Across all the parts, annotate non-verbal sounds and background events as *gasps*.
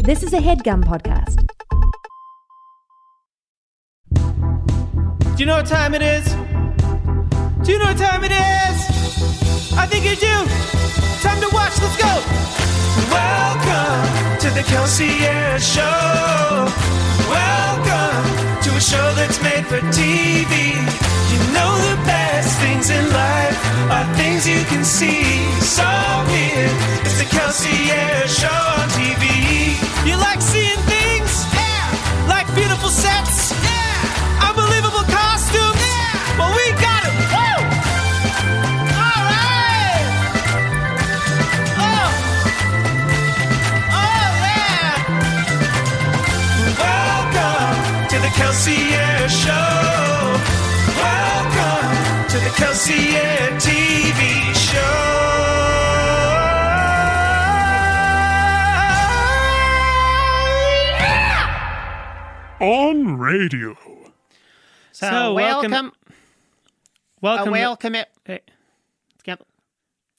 This is a headgum podcast. Do you know what time it is? Do you know what time it is? I think you do. Time to watch. Let's go. Welcome to the Concierge Show. Welcome to a show that's made for TV. You know the best things in life are things you can see. So here, it's the Concierge Show on TV. You like seeing things? Yeah. Like beautiful sets? Yeah. Unbelievable costumes? Yeah. Well, we got 'em. Woo! All right. Oh. Oh, yeah. Welcome to the Kelsey-Air Show. Welcome to the Kelsey-Air TV show. on radio. So, So welcome- welcome, Welcome. welcome, welcome it. Hey, Yep.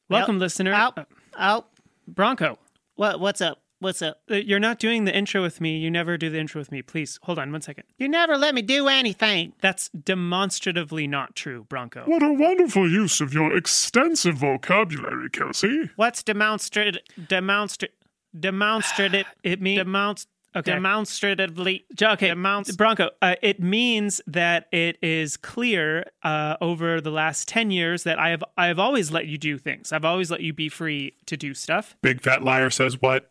welcome, Yep. listener. Uh, Out, out. Bronco, What? What's up? What's up? uh, you're not doing the intro with me. You never do the intro with me. Please hold on one second. You never let me do anything. That's demonstratively not true, Bronco. What a wonderful use of your extensive vocabulary, Kelsey. What's demonstrated? Demonstrate? Demonstrated? *sighs* It means demonst- Okay. Demonstratively. J- Okay, Demonst- Bronco. Uh, it means that it is clear uh, over the last ten years that I have I have always let you do things. I've always let you be free to do stuff. Big fat liar says what?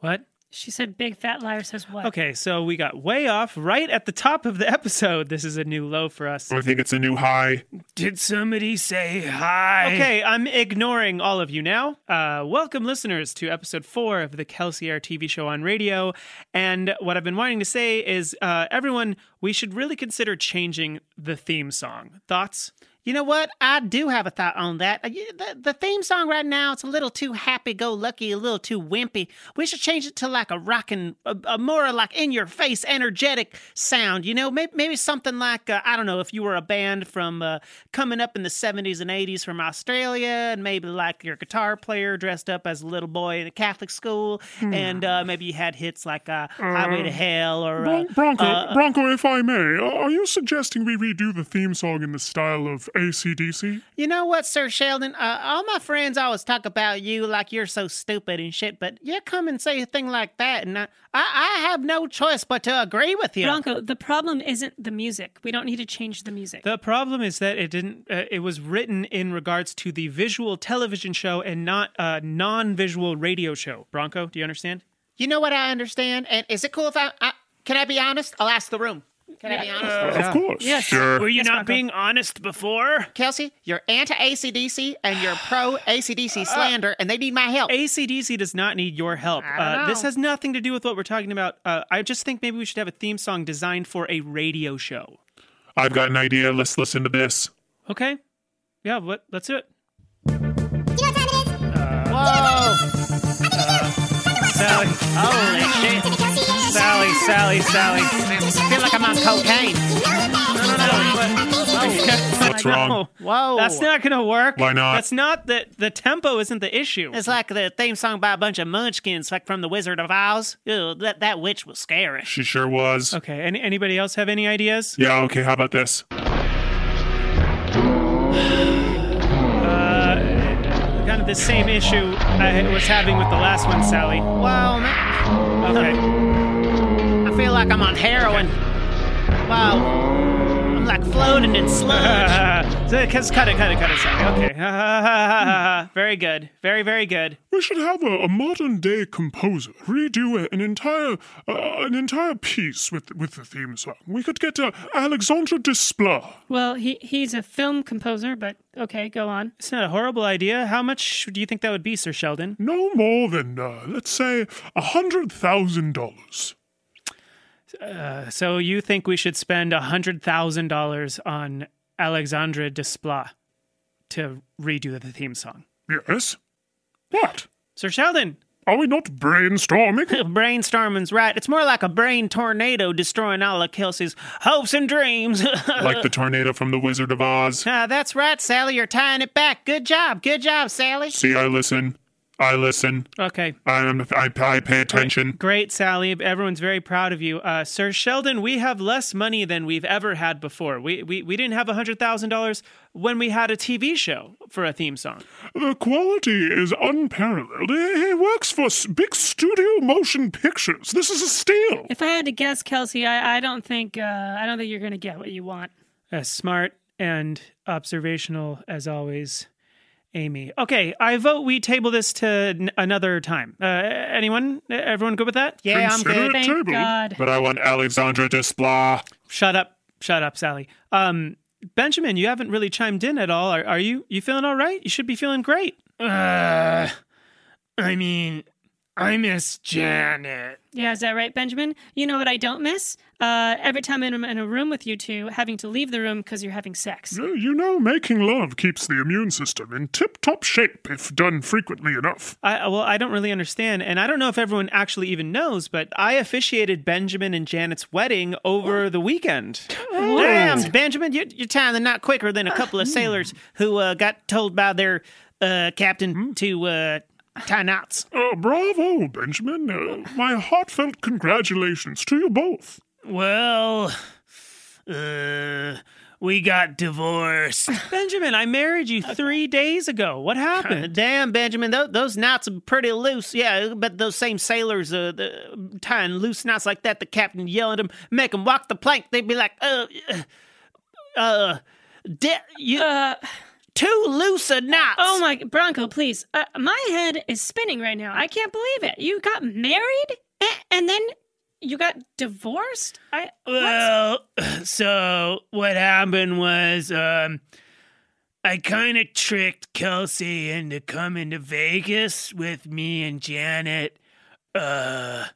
What? She said, "Big fat liar says what?" Okay, so we got way off right at the top of the *laughs* episode. This is a new low for us. I think it's a new high. Did somebody say hi? Okay, I'm ignoring all of you now. Uh, welcome, listeners, to episode four of the Kelsey Air TV show on radio. And what I've been wanting to say is, uh, everyone, we should really consider changing the theme song. Thoughts? You know what? I do have a thought on that. Uh, you- The, the theme song right now, it's a little too happy-go-lucky, a little too wimpy. We should change it to like a rockin', a, a more like in-your-face, energetic sound. You know, maybe, maybe something like uh, I don't know if you were a band from uh, coming up in the '70s and '80s from Australia, and maybe like your guitar player dressed up as a little boy in a Catholic school, and uh, maybe you had hits like uh, "Highway to Hell" or uh, Bron- Bronco, Bronco, if I may, are you suggesting we redo the theme song in the style of ACDC? You know what, Sir Sheldon? Uh, all my friends always talk about you like you're so stupid and shit, but you come and say a thing like that, and I, I, I have no choice but to agree with you. Bronco, the problem isn't the music. We don't need to change the music. The problem is that it didn't. Uh, it was written in regards to the visual television show and not a non-visual radio show. Bronco, do you understand? You know what I understand? And is it cool if I, I can I be honest? I'll ask the room. Can I be honest? Of course. Sure. you not being honest before? Kelsey, you're anti ACDC and *sighs* you're pro Uh, ACDC slander, and they need my help. ACDC does not need your help. don't Uh, this know. has nothing to do with what we're talking about. Uh, I just think maybe we should have a theme song designed for a radio show. I've got an idea. Let's listen to this. Okay? Yeah, what, let's do it. Whoa! Sally, Holy shit! Sally, Sally, Sally. I feel like I'm on cocaine. What's wrong? *laughs* Whoa! That's not going to work. Why not? That's not the, the tempo isn't the issue. It's like the theme song by a bunch of munchkins, like from The Wizard of Oz. Ew, that, that witch was scary. She sure was. Okay, any, anybody else have any ideas? Yeah, okay, how about this? Kind of the same issue I was having with the last one, Sally. Whoa, man. *laughs* Okay. I feel like I'm on heroin. Wow. I'm like floating in sludge. Uh, *laughs* so, just cut it, cut it, cut it, Sally. Okay. *laughs* very good. Very, very good. We should have a, a modern day composer redo a- an entire uh, an entire piece with with the theme song. We could get uh, Alexandre Desplat. well, he he's a film composer, but okay, go on. It's not a horrible idea. How much do you think that would be, Sir Sheldon? No more than uh, let's say a hundred thousand dollars. So you think we should spend $100,000 on Alexandre Desplat to redo the theme song? Yes. What? Sir Sheldon, Are we not brainstorming? *laughs* Brainstorming's right. It's more like a brain tornado destroying all of Kelsey's hopes and *laughs* dreams. like the tornado from The Wizard of Oz. Ah, that's right, Sally. You're tying it back. Good job. Good job, Sally. See, I listen. I listen. Okay. I, am- I, I pay attention. Great, Sally. Everyone's very proud of you. Uh, Sir Sheldon, we have less money than we've ever had before. We, we, we didn't have $100,000 when we had a TV show for a theme song. The quality is unparalleled. He he works for s- big studio motion pictures. This is a steal. If I had to guess, Kelsey, I, I don't think uh, I don't think you're gonna get what you want. As smart and observational as always, Amy. Okay, I vote we table this to n- another time. Uh, anyone? Everyone good with that? Yeah, I'm Consider good. it Thank tabled, God. But I want Alexandra Desplat. Shut up. Shut up, Sally. Um, Benjamin, you haven't really chimed in at all. Are, are you you feeling all right? You should be feeling great. Uh, I mean, I miss Janet. Yeah, is that right, Benjamin? You know what I don't miss? Uh, every time I'm in a room with you two, having to leave the room because you're having sex. Uh, You know, making love keeps the immune system in tip top shape if done frequently enough. I well, I don't really understand, and I don't know if everyone actually even knows, but I officiated Benjamin and Janet's wedding over the weekend. Damn, Benjamin, you're, you're tying the knot quicker than a couple of sailors who uh, got told by their uh, captain to uh, tie knots. Uh, bravo, Benjamin. Uh, my heartfelt congratulations to you both. Well, uh, we got divorced. *laughs* Benjamin, I married you three days ago. What happened? Damn, Benjamin, those, those knots are pretty loose. Yeah, but those same sailors uh, the, tying loose knots like that, the captain yelled at them, make them walk the plank. They'd be like, uh, uh, uh, de- you, Uh, too loose a knots. oh my Bronco, please. Uh, my head is spinning right now. I can't believe it. You got married and, and then you got divorced. I what? Well, *clears throat* so what happened was um I kind of tricked Kelsey into coming to Vegas with me and Janet. Uh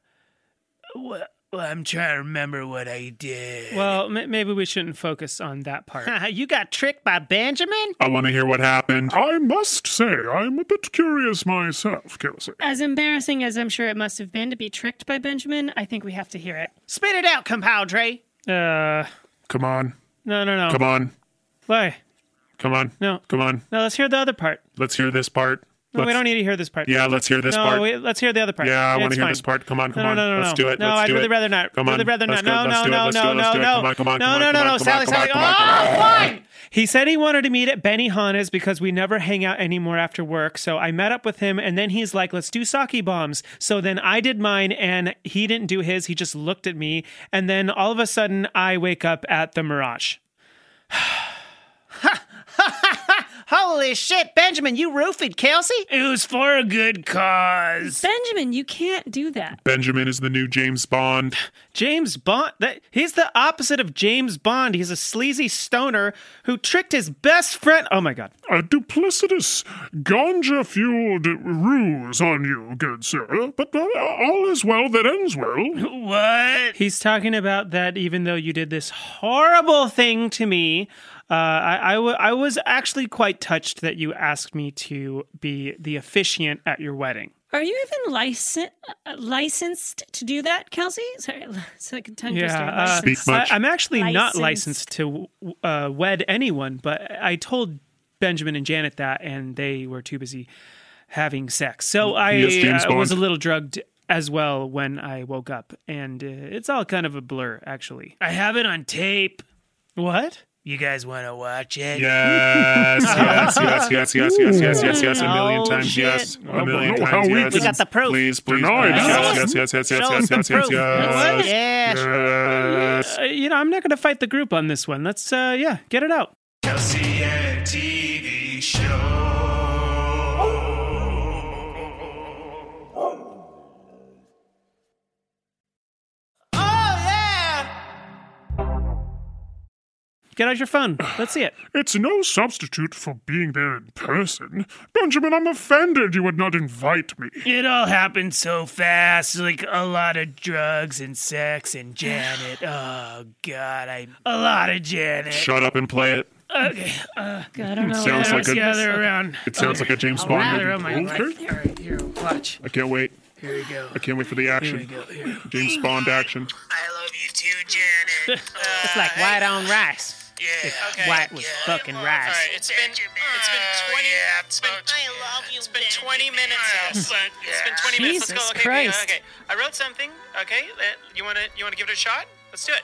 wh- I'm trying to remember what I did. Well, m- maybe we shouldn't focus on *laughs* that part. you got tricked by Benjamin? I want to hear what happened. I must say, I'm a bit curious myself, Kelsey. As embarrassing as I'm sure it must have been to be tricked by Benjamin, I think we have to hear it. Spit it out, compadre. Uh, Come on. no, no, no. Come on. Why? Come on. No. Come on. No, let's hear the other part. Let's hear this part. No, we Let's- don't need to hear this part. Yeah, let's hear this no, part. wait, let's hear the other part. Yeah, I want to It's hear fine. this part. Come on, come No, on. no, no, let's no. do it. No, let's I'd do really it. rather not. Come on. Really rather let's not. Go, no, let's do no, it. no, Let's no, do it. Let's no, do it. no. Come on, come on, no, come on, no, come no, on, no, come Sally, on, come Sally. on, come on. Oh, fine. He said he wanted to meet at Benihana's because we never hang out anymore after work. So I met up with him, and then he's like, "Let's do sake bombs." So then I did mine, and he didn't do his. He just looked at me, and then all of a sudden I wake up at the Mirage. *sighs* Holy shit, Benjamin! You roofied Kelsey. it was for a good cause. Benjamin, you can't do that. Benjamin is the new James Bond. James Bond. That, he's the opposite of James Bond. He's a sleazy stoner who tricked his best friend. Oh my god. A duplicitous, ganja fueled ruse on you, good sir. But uh, all is well that ends well. What? He's talking about that even though you did this horrible thing to me, uh, I, I, w- I was actually quite touched that you asked me to be the officiant at your wedding. Are you even licen- uh, licensed to do that, Kelsey? Sorry, *laughs* it's like a tongue twister. Yeah, uh, Licensed. Speak much. I, am actually not licensed Licensed. to uh, wed anyone, but I told Benjamin and Janet that, and they were too busy having sex. So I Yes, James uh, was a Bond. little drugged as well when I woke up, and uh, it's all kind of a blur, actually. I have it on tape. What? You guys want to watch it? Yes, yes, yes, yes, yes, yes, yes, yes, yes, a million Oh, times, shit. yes, I a million don't know how times, we yes. can- We got the proof. Please, please, Deny please. that. yes, yes, yes, yes, Show yes, us yes, the yes, proof. yes, yes, Yes. Uh, you know, I'm not going to fight the group on this one. Let's, uh, yeah, get it out. Kelsey and TV show. Get out your phone. *sighs* Let's see it. It's no substitute for being there in person. Benjamin, I'm offended you would not invite me. It all happened so fast, like a lot of drugs and sex and Janet. Oh God, I a lot of Janet. Shut up and play it. Okay, God, I don't know. Sounds I don't like a- see how they're- gather around. It sounds like a James Bond Gather around my movie. mic. Okay. All right, here, watch. I can't wait. Here we go. I can't wait for the Here we action. go. Here. James Bond action. I love you too, Janet. It's like white on rice. Yeah. Okay. White was fucking rice. All right. It's been. It's been twenty. Yeah, it's been. I love you, It's It's been 20 minutes. It's been 20 minutes. Let's Jesus go. Okay, Christ. okay. I wrote something. Okay, uh, you wanna you wanna give it a shot? Let's do it.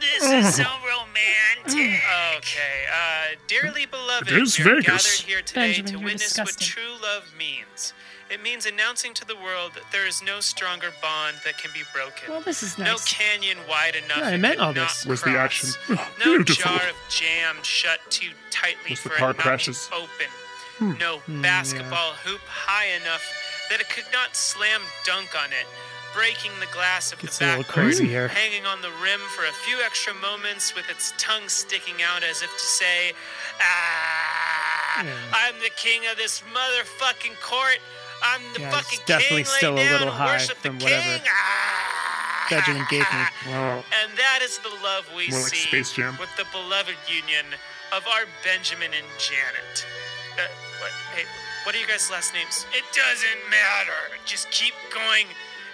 This is so romantic. Okay. Uh, dearly beloved, It is we are Vegas. gathered here today Benjamin, to you're witness disgusting. what true love means. It means announcing to the world that there is no stronger bond that can be broken. Well, this is no nice. canyon wide enough. Yeah, I it meant could all not this. Where's the cross. action? Oh, *laughs* No beautiful. jar of jam shut too tightly Where's the for it car not to crashes? open. Hmm. No basketball hoop high enough that it could not slam dunk on it, breaking the glass of Gets a the little backboard, crazy here. hanging on the rim for a few extra moments with its tongue sticking out as if to say, "Ah, I'm the king of this motherfucking court. I'm the Yeah, it's fucking definitely king. Lay still a down little and high worship from the whatever king. Ah." Benjamin gave me. Wow. And that is the love we More like see Space Jam. with the beloved union of our Benjamin and Janet. Uh, what, hey, what are you guys' last names? It doesn't matter. Just keep going.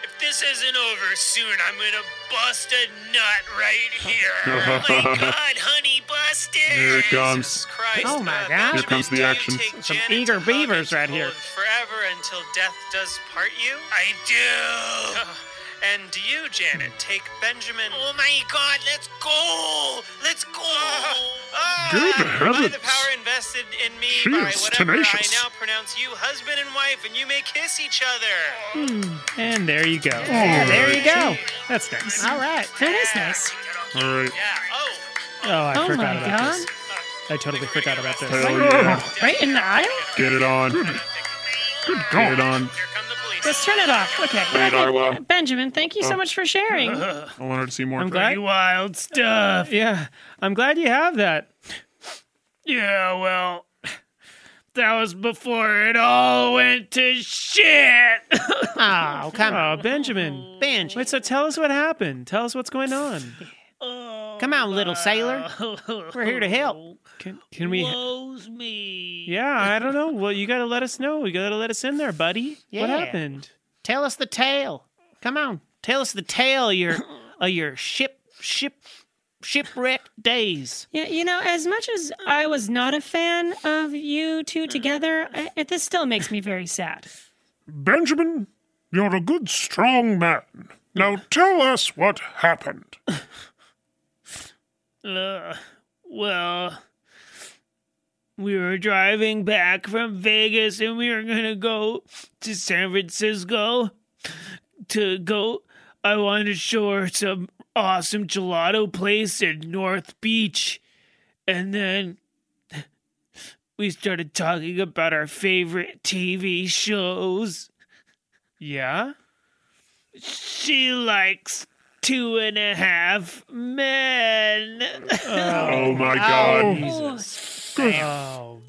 If this isn't over soon, I'm gonna bust a nut right here. *laughs* oh my god, honey, busted! Here it comes. Jesus Christ. Oh my uh, God. Benjamin, Here comes the do you action. take Some Janet eager to hug beavers and right to here. hold Forever until death does part you. I do. Uh, *laughs* and do you, Janet, take Benjamin. Oh my god, let's go! Let's go! *laughs* Ah, Good By heavens. the power invested in me She by is whatever tenacious. I now pronounce you husband and wife, and you may kiss each Oh. other. And there you go. Yeah, there you go. That's nice. All right. That is nice. All right. Yeah. Oh, Oh, I Oh forgot my about God. this. I totally forgot about this. Hell yeah. Right in the aisle? Get it on. Get it on. here come the police. Let's turn it off. Okay. Wait, Arwa. Benjamin, thank you so much for sharing. I wanted to see more. I'm of that. glad. Pretty wild stuff. Yeah, I'm glad you have that. Yeah, well, that was before it all went to shit. *laughs* Oh, come on, Benjamin. Benj. Wait, so tell us what happened. Tell us what's going on. Come Come on, little sailor. We're here to help. Can, can we? Woes me. Yeah, I don't know. Well, you gotta let us know. You gotta let us in there, buddy. What Yeah. happened? Tell us the tale. Come on. Tell us the tale of *clears throat* your, of your ship, ship, shipwreck days. Yeah, you know, as much as I was not a fan of you two together, I, it, this still makes me very sad. Benjamin, you're a good, strong man. Now tell us what happened. Uh, well, we were driving back from Vegas and we were going to go to San Francisco to go. I wanted to show her some awesome gelato place in North Beach. And then we started talking about our favorite TV shows. Yeah. She likes two and a half men. Oh, my God. Oh,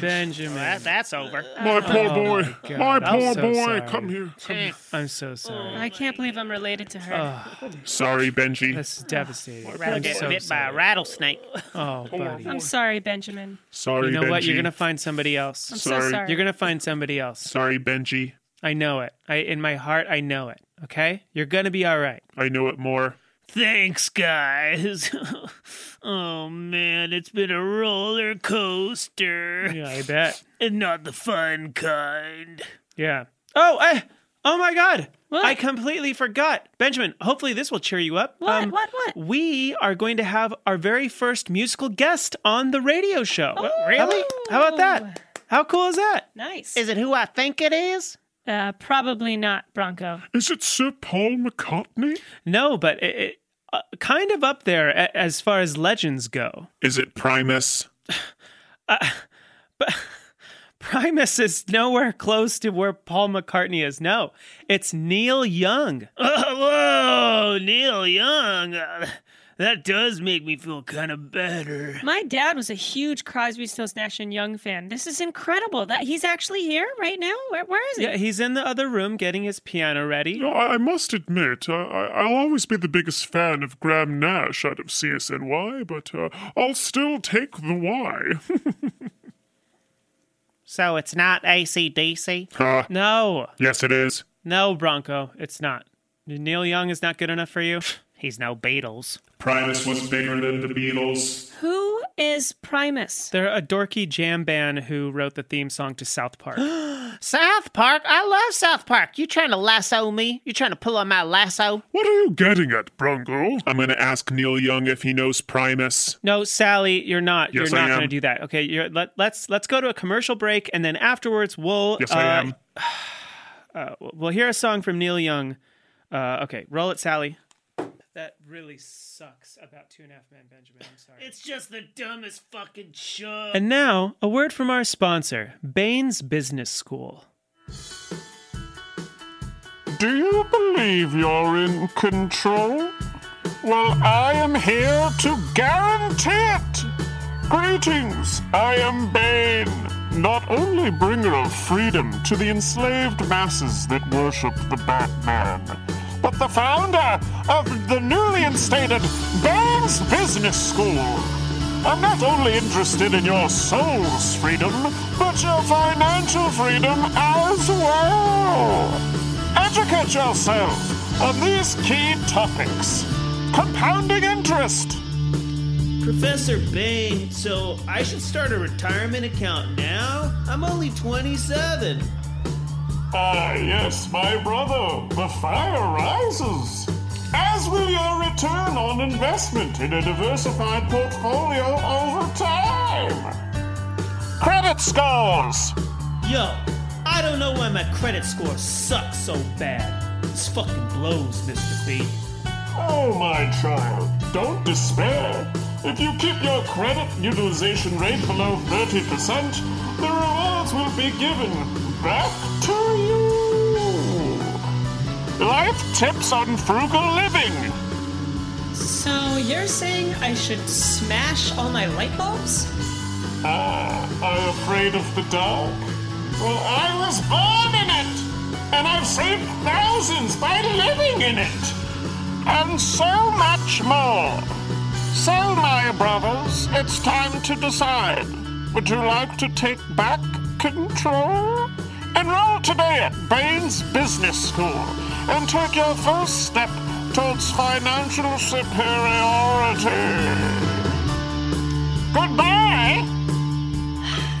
Benjamin. That's over. My poor Oh, boy. God. my I'm poor so boy. sorry. Come here. Come here. I'm so Oh. sorry. I can't believe I'm related to her. Sorry, Benji. This is devastating. rather I'm get so bit by a sorry. rattlesnake. Oh, buddy. I'm sorry, Benjamin. Sorry, You know Benji. what? You're gonna find somebody else. I'm so Sorry. sorry. You're gonna find somebody else. Sorry, Benji. I know it. I in my heart, I know it. Okay, you're gonna be all right. I know it more. Thanks, guys. *laughs* oh man, it's been a roller coaster, Yeah, I bet. and not the fun kind. Yeah. Oh, I, oh my God! What? I completely forgot, Benjamin. Hopefully, this will cheer you up. Um, What? What? What? We are going to have our very first musical guest on the radio show. Oh. Really? How about that? How cool is that? Nice. Is it who I think it is? uh, probably not Bronco. Is it Sir Paul McCartney? No, but it, it uh, kind of up there a, as far as legends go. Is it Primus? Primus is nowhere close to where Paul McCartney is. No, it's Neil Young. Oh, *laughs* whoa, Neil Young. Uh, that does make me feel kind of better. My dad was a huge Crosby, Stills, Nash and Young fan. This is incredible that he's actually here right now. Where, where is he? Yeah, he's in the other room getting his piano ready. No, I, I must admit, uh, I, I'll always be the biggest fan of Graham Nash out of CSNY, but uh, I'll still take the Y. *laughs* So it's not ACDC? Ah, No, yes, it is. no, Bronco, it's not. Neil Young *sighs* is not good enough for you. He's no Beatles. Primus was bigger than the Beatles. Who is Primus? They're a dorky jam band who wrote the theme song to South Park. *gasps* South Park? I love South Park. You trying to lasso me? You trying to pull on my lasso? What are you getting at, Brungle? I'm going to ask Neil Young if he knows Primus. no, Sally, you're not. Yes, you're I not going to am. do that. Okay, you're, let, let's let's go to a commercial break, and then afterwards we'll Yes, uh, I am. we'll hear a song from Neil Young. Uh, okay, roll it, Sally. That really sucks about Two and a Half Men Benjamin. I'm sorry. It's just the dumbest fucking show. And now, a word from our sponsor, Baines Business School. Do you believe you're in control? Well, I am here to guarantee it! Greetings, I am Bane, not only bringer of freedom to the enslaved masses that worship the Batman, but the founder of the newly instated Bane's Business School. I'm not only interested in your soul's freedom, but your financial freedom as well. Educate yourself on these key topics compounding interest, Professor Bain, so I should start a retirement account now? I'm only 27. Ah, yes, my brother, the fire rises. As will your return on investment in a diversified portfolio over time. Credit scores. Yo, I don't know why my credit score sucks so bad. This fucking blows, Mr. Bain. Oh, my child, don't despair. If you keep your credit utilization rate below 30%, the rewards will be given back to you. Life tips on frugal living. So you're saying I should smash all my light bulbs? Ah, are you afraid of the dark? Well, I was born in it, and I've saved thousands by living in it, and so much more. So, my brothers, it's time to decide. Would you like to take back control? Enroll today at Baines Business School and take your first step towards financial superiority. Goodbye!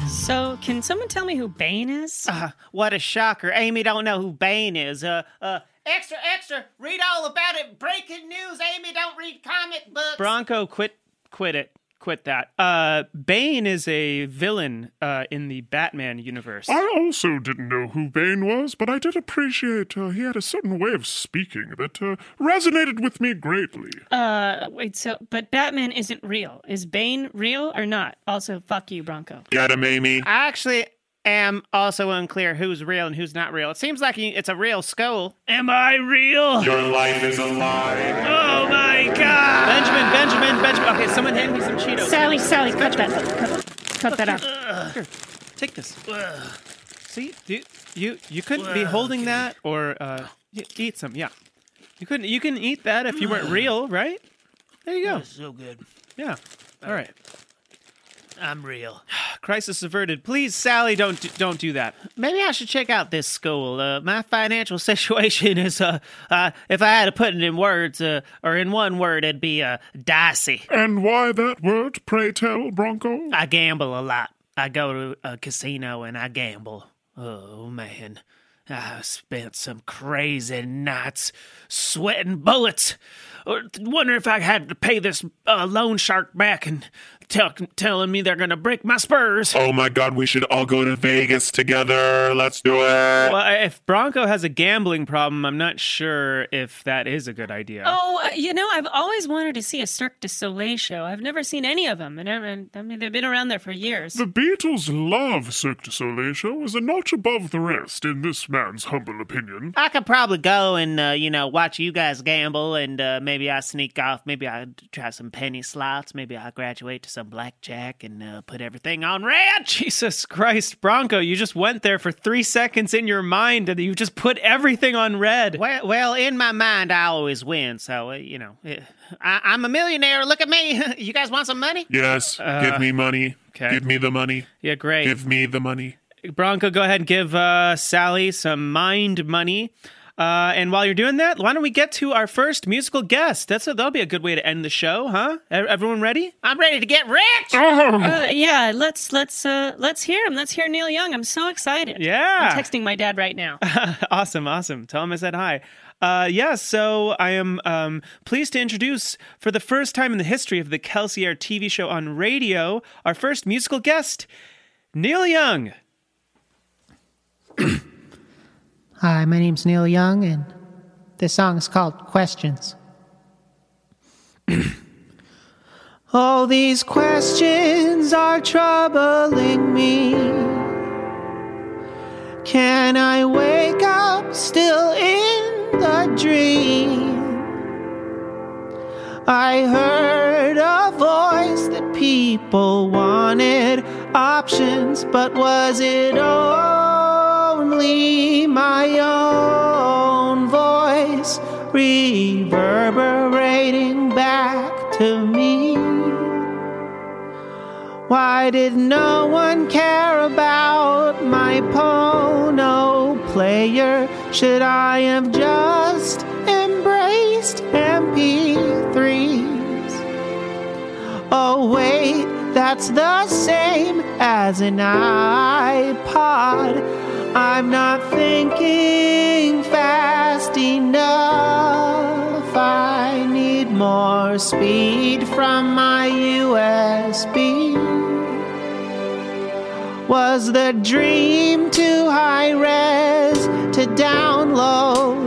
So can someone tell me who Bane is? What a shocker. Amy don't know who Bane is. Uh, uh, extra, extra. Read all about it. Breaking news. Amy don't read comic books. Bronco, quit, quit it, quit that. Uh, Bane is a villain uh, in the Batman universe. I also didn't know who Bane was, but I did appreciate uh, he had a certain way of speaking that uh, resonated with me greatly. Uh, wait. So, but Batman isn't real. Is Bane real or not? Also, fuck you, Bronco. Get him, Amy. I actually am also unclear who's real and who's not real. It seems like it's a real school. Am I real? Your life is a lie. Oh my god! Benjamin, Benjamin, Benjamin. Okay, someone hand me some Cheetos. Sally, Sally, cut that, cut, cut that out. Take this. See, you you, you couldn't be holding that or uh, y- eat some. Yeah, you couldn't. You can eat that if you weren't real, right? There you go. So good. Yeah. All right. I'm real. *sighs* Crisis averted. Please, Sally, don't do, don't do that. Maybe I should check out this school. Uh, my financial *laughs* situation is, uh, uh, if I had to put it in words, uh, or in one word, it'd be uh, dicey. And why that word, pray tell, Bronco? I gamble a lot. I go to a casino and I gamble. Oh man, I spent some crazy nights sweating bullets. Or wonder if I had to pay this uh, loan shark back and tell, telling me they're gonna break my spurs. Oh my god, we should all go to Vegas together. Let's do Oh. it. Well, I- if Bronco has a gambling problem, I'm not sure if that is a good idea. Oh, uh, you know, I've always wanted to see a Cirque du Soleil show. I've never seen any of them, and I mean, I mean they've been around there *laughs* for years. The Beatles' love Cirque du Soleil show is a notch above the rest, in this man's humble opinion. I could probably go and uh, you know watch you guys gamble, and uh, maybe I sneak off. Maybe I try some penny slots. Maybe I graduate to some blackjack and uh, put everything on red. *laughs* Jesus Christ, Bronco, you just went there for three seconds in your mind and you just put everything on red. Well, well, in my mind, I always win. So uh, you know, eh, I, I'm a millionaire. Look at me. *laughs* you guys want some money? yes, give me money. Uh, okay. Give me the money. Yeah, great. Give me the money. Bronco, go ahead and give uh, Sally some mind money. Uh, and while you're doing that, why don't we get to our first musical guest? That's a, that'll be a good way to end the show, huh? E- Everyone ready? I'm ready to get Oh! rich. Uh, yeah, let's let's uh, let's hear him. Let's hear Neil Young. I'm so excited. Yeah. I'm texting my dad right now. *laughs* awesome, awesome. Tell him I said hi. Uh, yeah, so I am um, pleased to introduce, for the first time in the history of the Kelsey Air TV show on radio, our first musical guest, Neil Young. *clears throat* Hi, my name's Neil Young, and this song is called *clears throat* Questions. All these questions are troubling me. Can I wake up still in the dream? I heard a voice that people wanted options, but was it only my own voice reverberating back to me? Why did no one care about my Pono player? Should I have just embraced MP3s? Oh, wait, that's the same as an iPod. I'm not thinking fast enough. I need more speed from my USB. Was the dream too high res to download?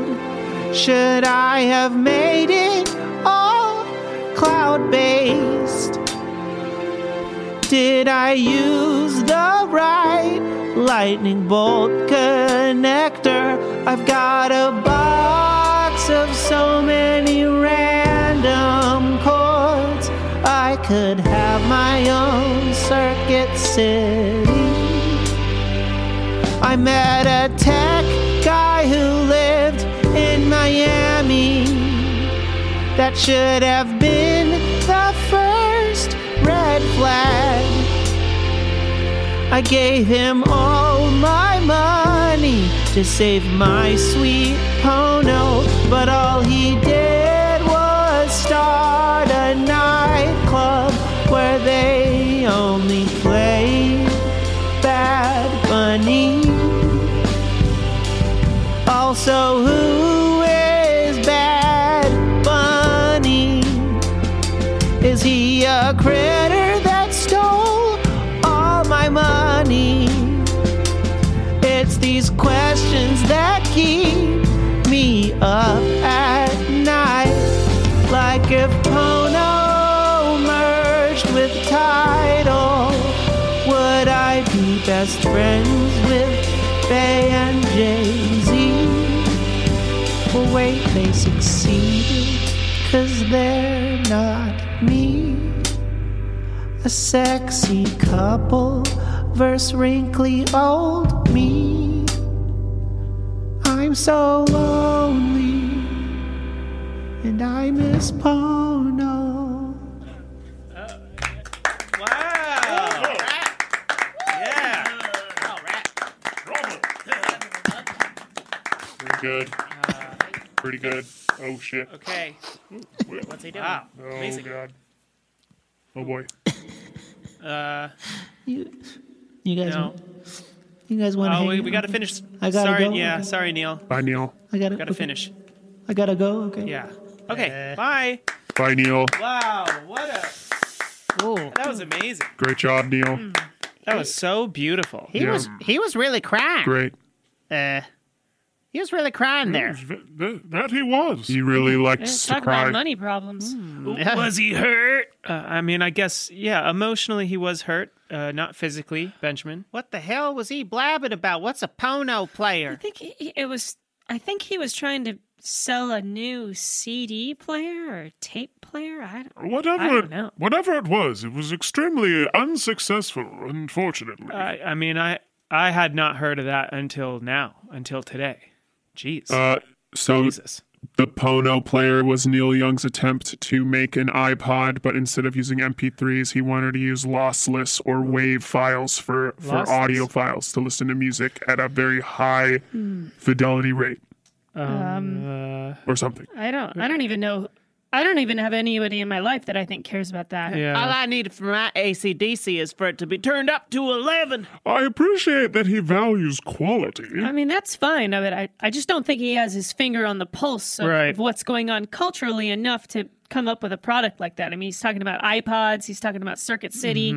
Should I have made it all cloud based? Did I use the right lightning bolt connector? I've got a box of so many random chords. I could have my own circuit city. I met a tech guy who lived in Miami. That should have been the first red flag. I gave him all my money to save my sweet Pono, but all he did was start a nightclub where they only played Bad Bunny. Also, who is Bad Bunny? Is he a critter that stole all my money? It's these questions that keep me up at night. Like if Pono merged with Tidal, would I be best friends with Faye and Jay Z? Well, wait, they succeeded, cause they're not me. A sexy couple versus wrinkly old me. I'm so lonely, and I miss Pono. Wow. Yeah. Pretty good. Pretty good. Oh shit. Uh, Okay. What's he doing? Ah, Oh god. Oh boy. Uh, You, you guys, no. you guys want to? Oh, we, we got to finish. I gotta sorry, go. yeah, sorry, Neil. Bye Neil. I gotta, Got to finish. I gotta go. Okay. Yeah. Okay. Uh, Bye. Bye Neil. Wow. What a. That was amazing. Great job, Neil. Hmm. That was so beautiful. He Yeah. was he was really crying. Great. Uh, he was really *laughs* crying there. That he was. He really Let's likes to talk cry. about money problems. Was he hurt? Uh, I mean, I guess, yeah, emotionally he was hurt, uh, not physically, Benjamin. What the hell was he blabbing about? What's a Pono I player? think he, he- it was. I think he was trying to sell a new CD player or tape player. I don't. I Whatever don't it, know. whatever it was, it was extremely unsuccessful, unfortunately. Uh, I, I mean, I I had not heard of that until now, until today. Jeez. Uh, so Jesus. the Pono player was Neil Young's attempt to make an iPod, but instead of using MP3s, he wanted to use lossless or WAV files for for Lossless. audio files to listen to music at a very high fidelity rate. Hmm. Um, Uh, or something. I don't. I don't even know. I don't even have anybody in my life that I think cares about that. All I needed from my ACDC is for it to be turned up to 11. I appreciate that he values quality. I mean, that's fine. I mean, I, I just don't think he has his finger on the pulse of, Right. of what's going on culturally enough to come up with a product like that. I mean, he's talking about iPods. He's talking about Circuit City.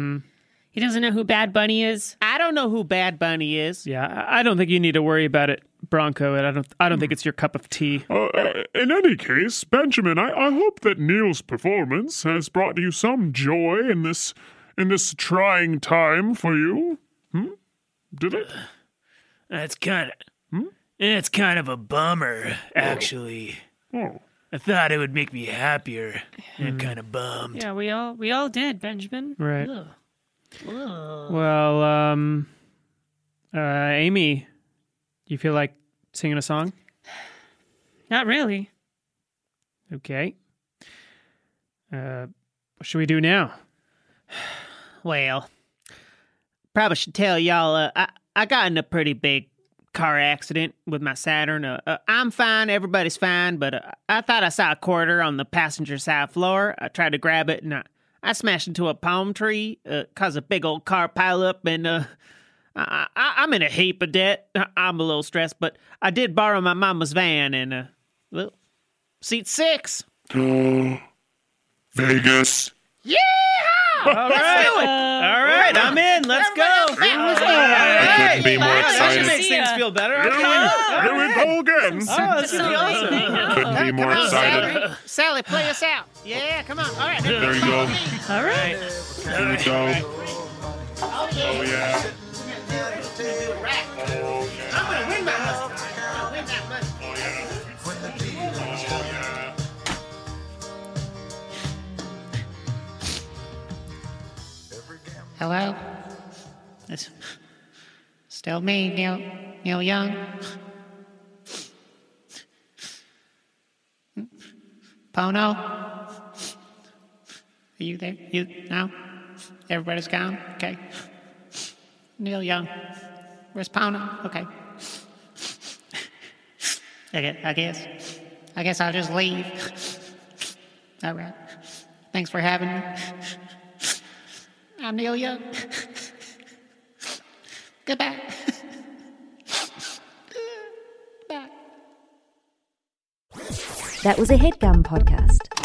He doesn't know who Bad Bunny is. I don't know who Bad Bunny is. Yeah, I- I don't think you need to worry about it, Bronco. And I don't. I don't think it's your cup of tea. Uh, uh, in any case, Benjamin, I, I hope that Neil's performance has brought you some joy in this in this trying time for you. Hmm? Did it? That's kind of. That's kind of a bummer, actually. Oh. I thought it would make me happier. I'm kind of bummed. Yeah, we all we all did, Benjamin. Right. Ugh. Ugh. Well, um, uh, Amy, you feel like singing a song? Not really. Okay. Uh, what should we do now? *sighs* Well, probably should tell y'all uh, I, I got in a pretty big car accident with my Saturn. Uh, uh, I'm fine, everybody's fine, but uh, I thought I saw a quarter on the passenger side floor. I tried to grab it and I, I smashed into a palm tree, uh, caused a big old car pileup, and uh, I, I, I'm in a heap of debt. I, I'm a little stressed, but I did borrow my mama's van and uh, well, seat six. Oh, Vegas. Yeah! All right. Uh, All right, I'm in. Let's go. I couldn't be more That excited. should makes things feel better. Here we, Okay. here we go again. Oh, this is awesome. Couldn't be more Come on, excited. Sally. Sally, play us out. Yeah, come on. All right. There you go. All right. Here we go. Oh yeah. I'm gonna win my husband. I'm gonna win that money. Hello? It's still me, Neil, Neil Young. Pono? Are you there? You now? Everybody's gone? Okay. Neil Young. Where's Pono? Okay. I gue- I guess. I guess I'll just leave. All right. Thanks for having me. I'm Neil Young. Goodbye. That was a headgum podcast.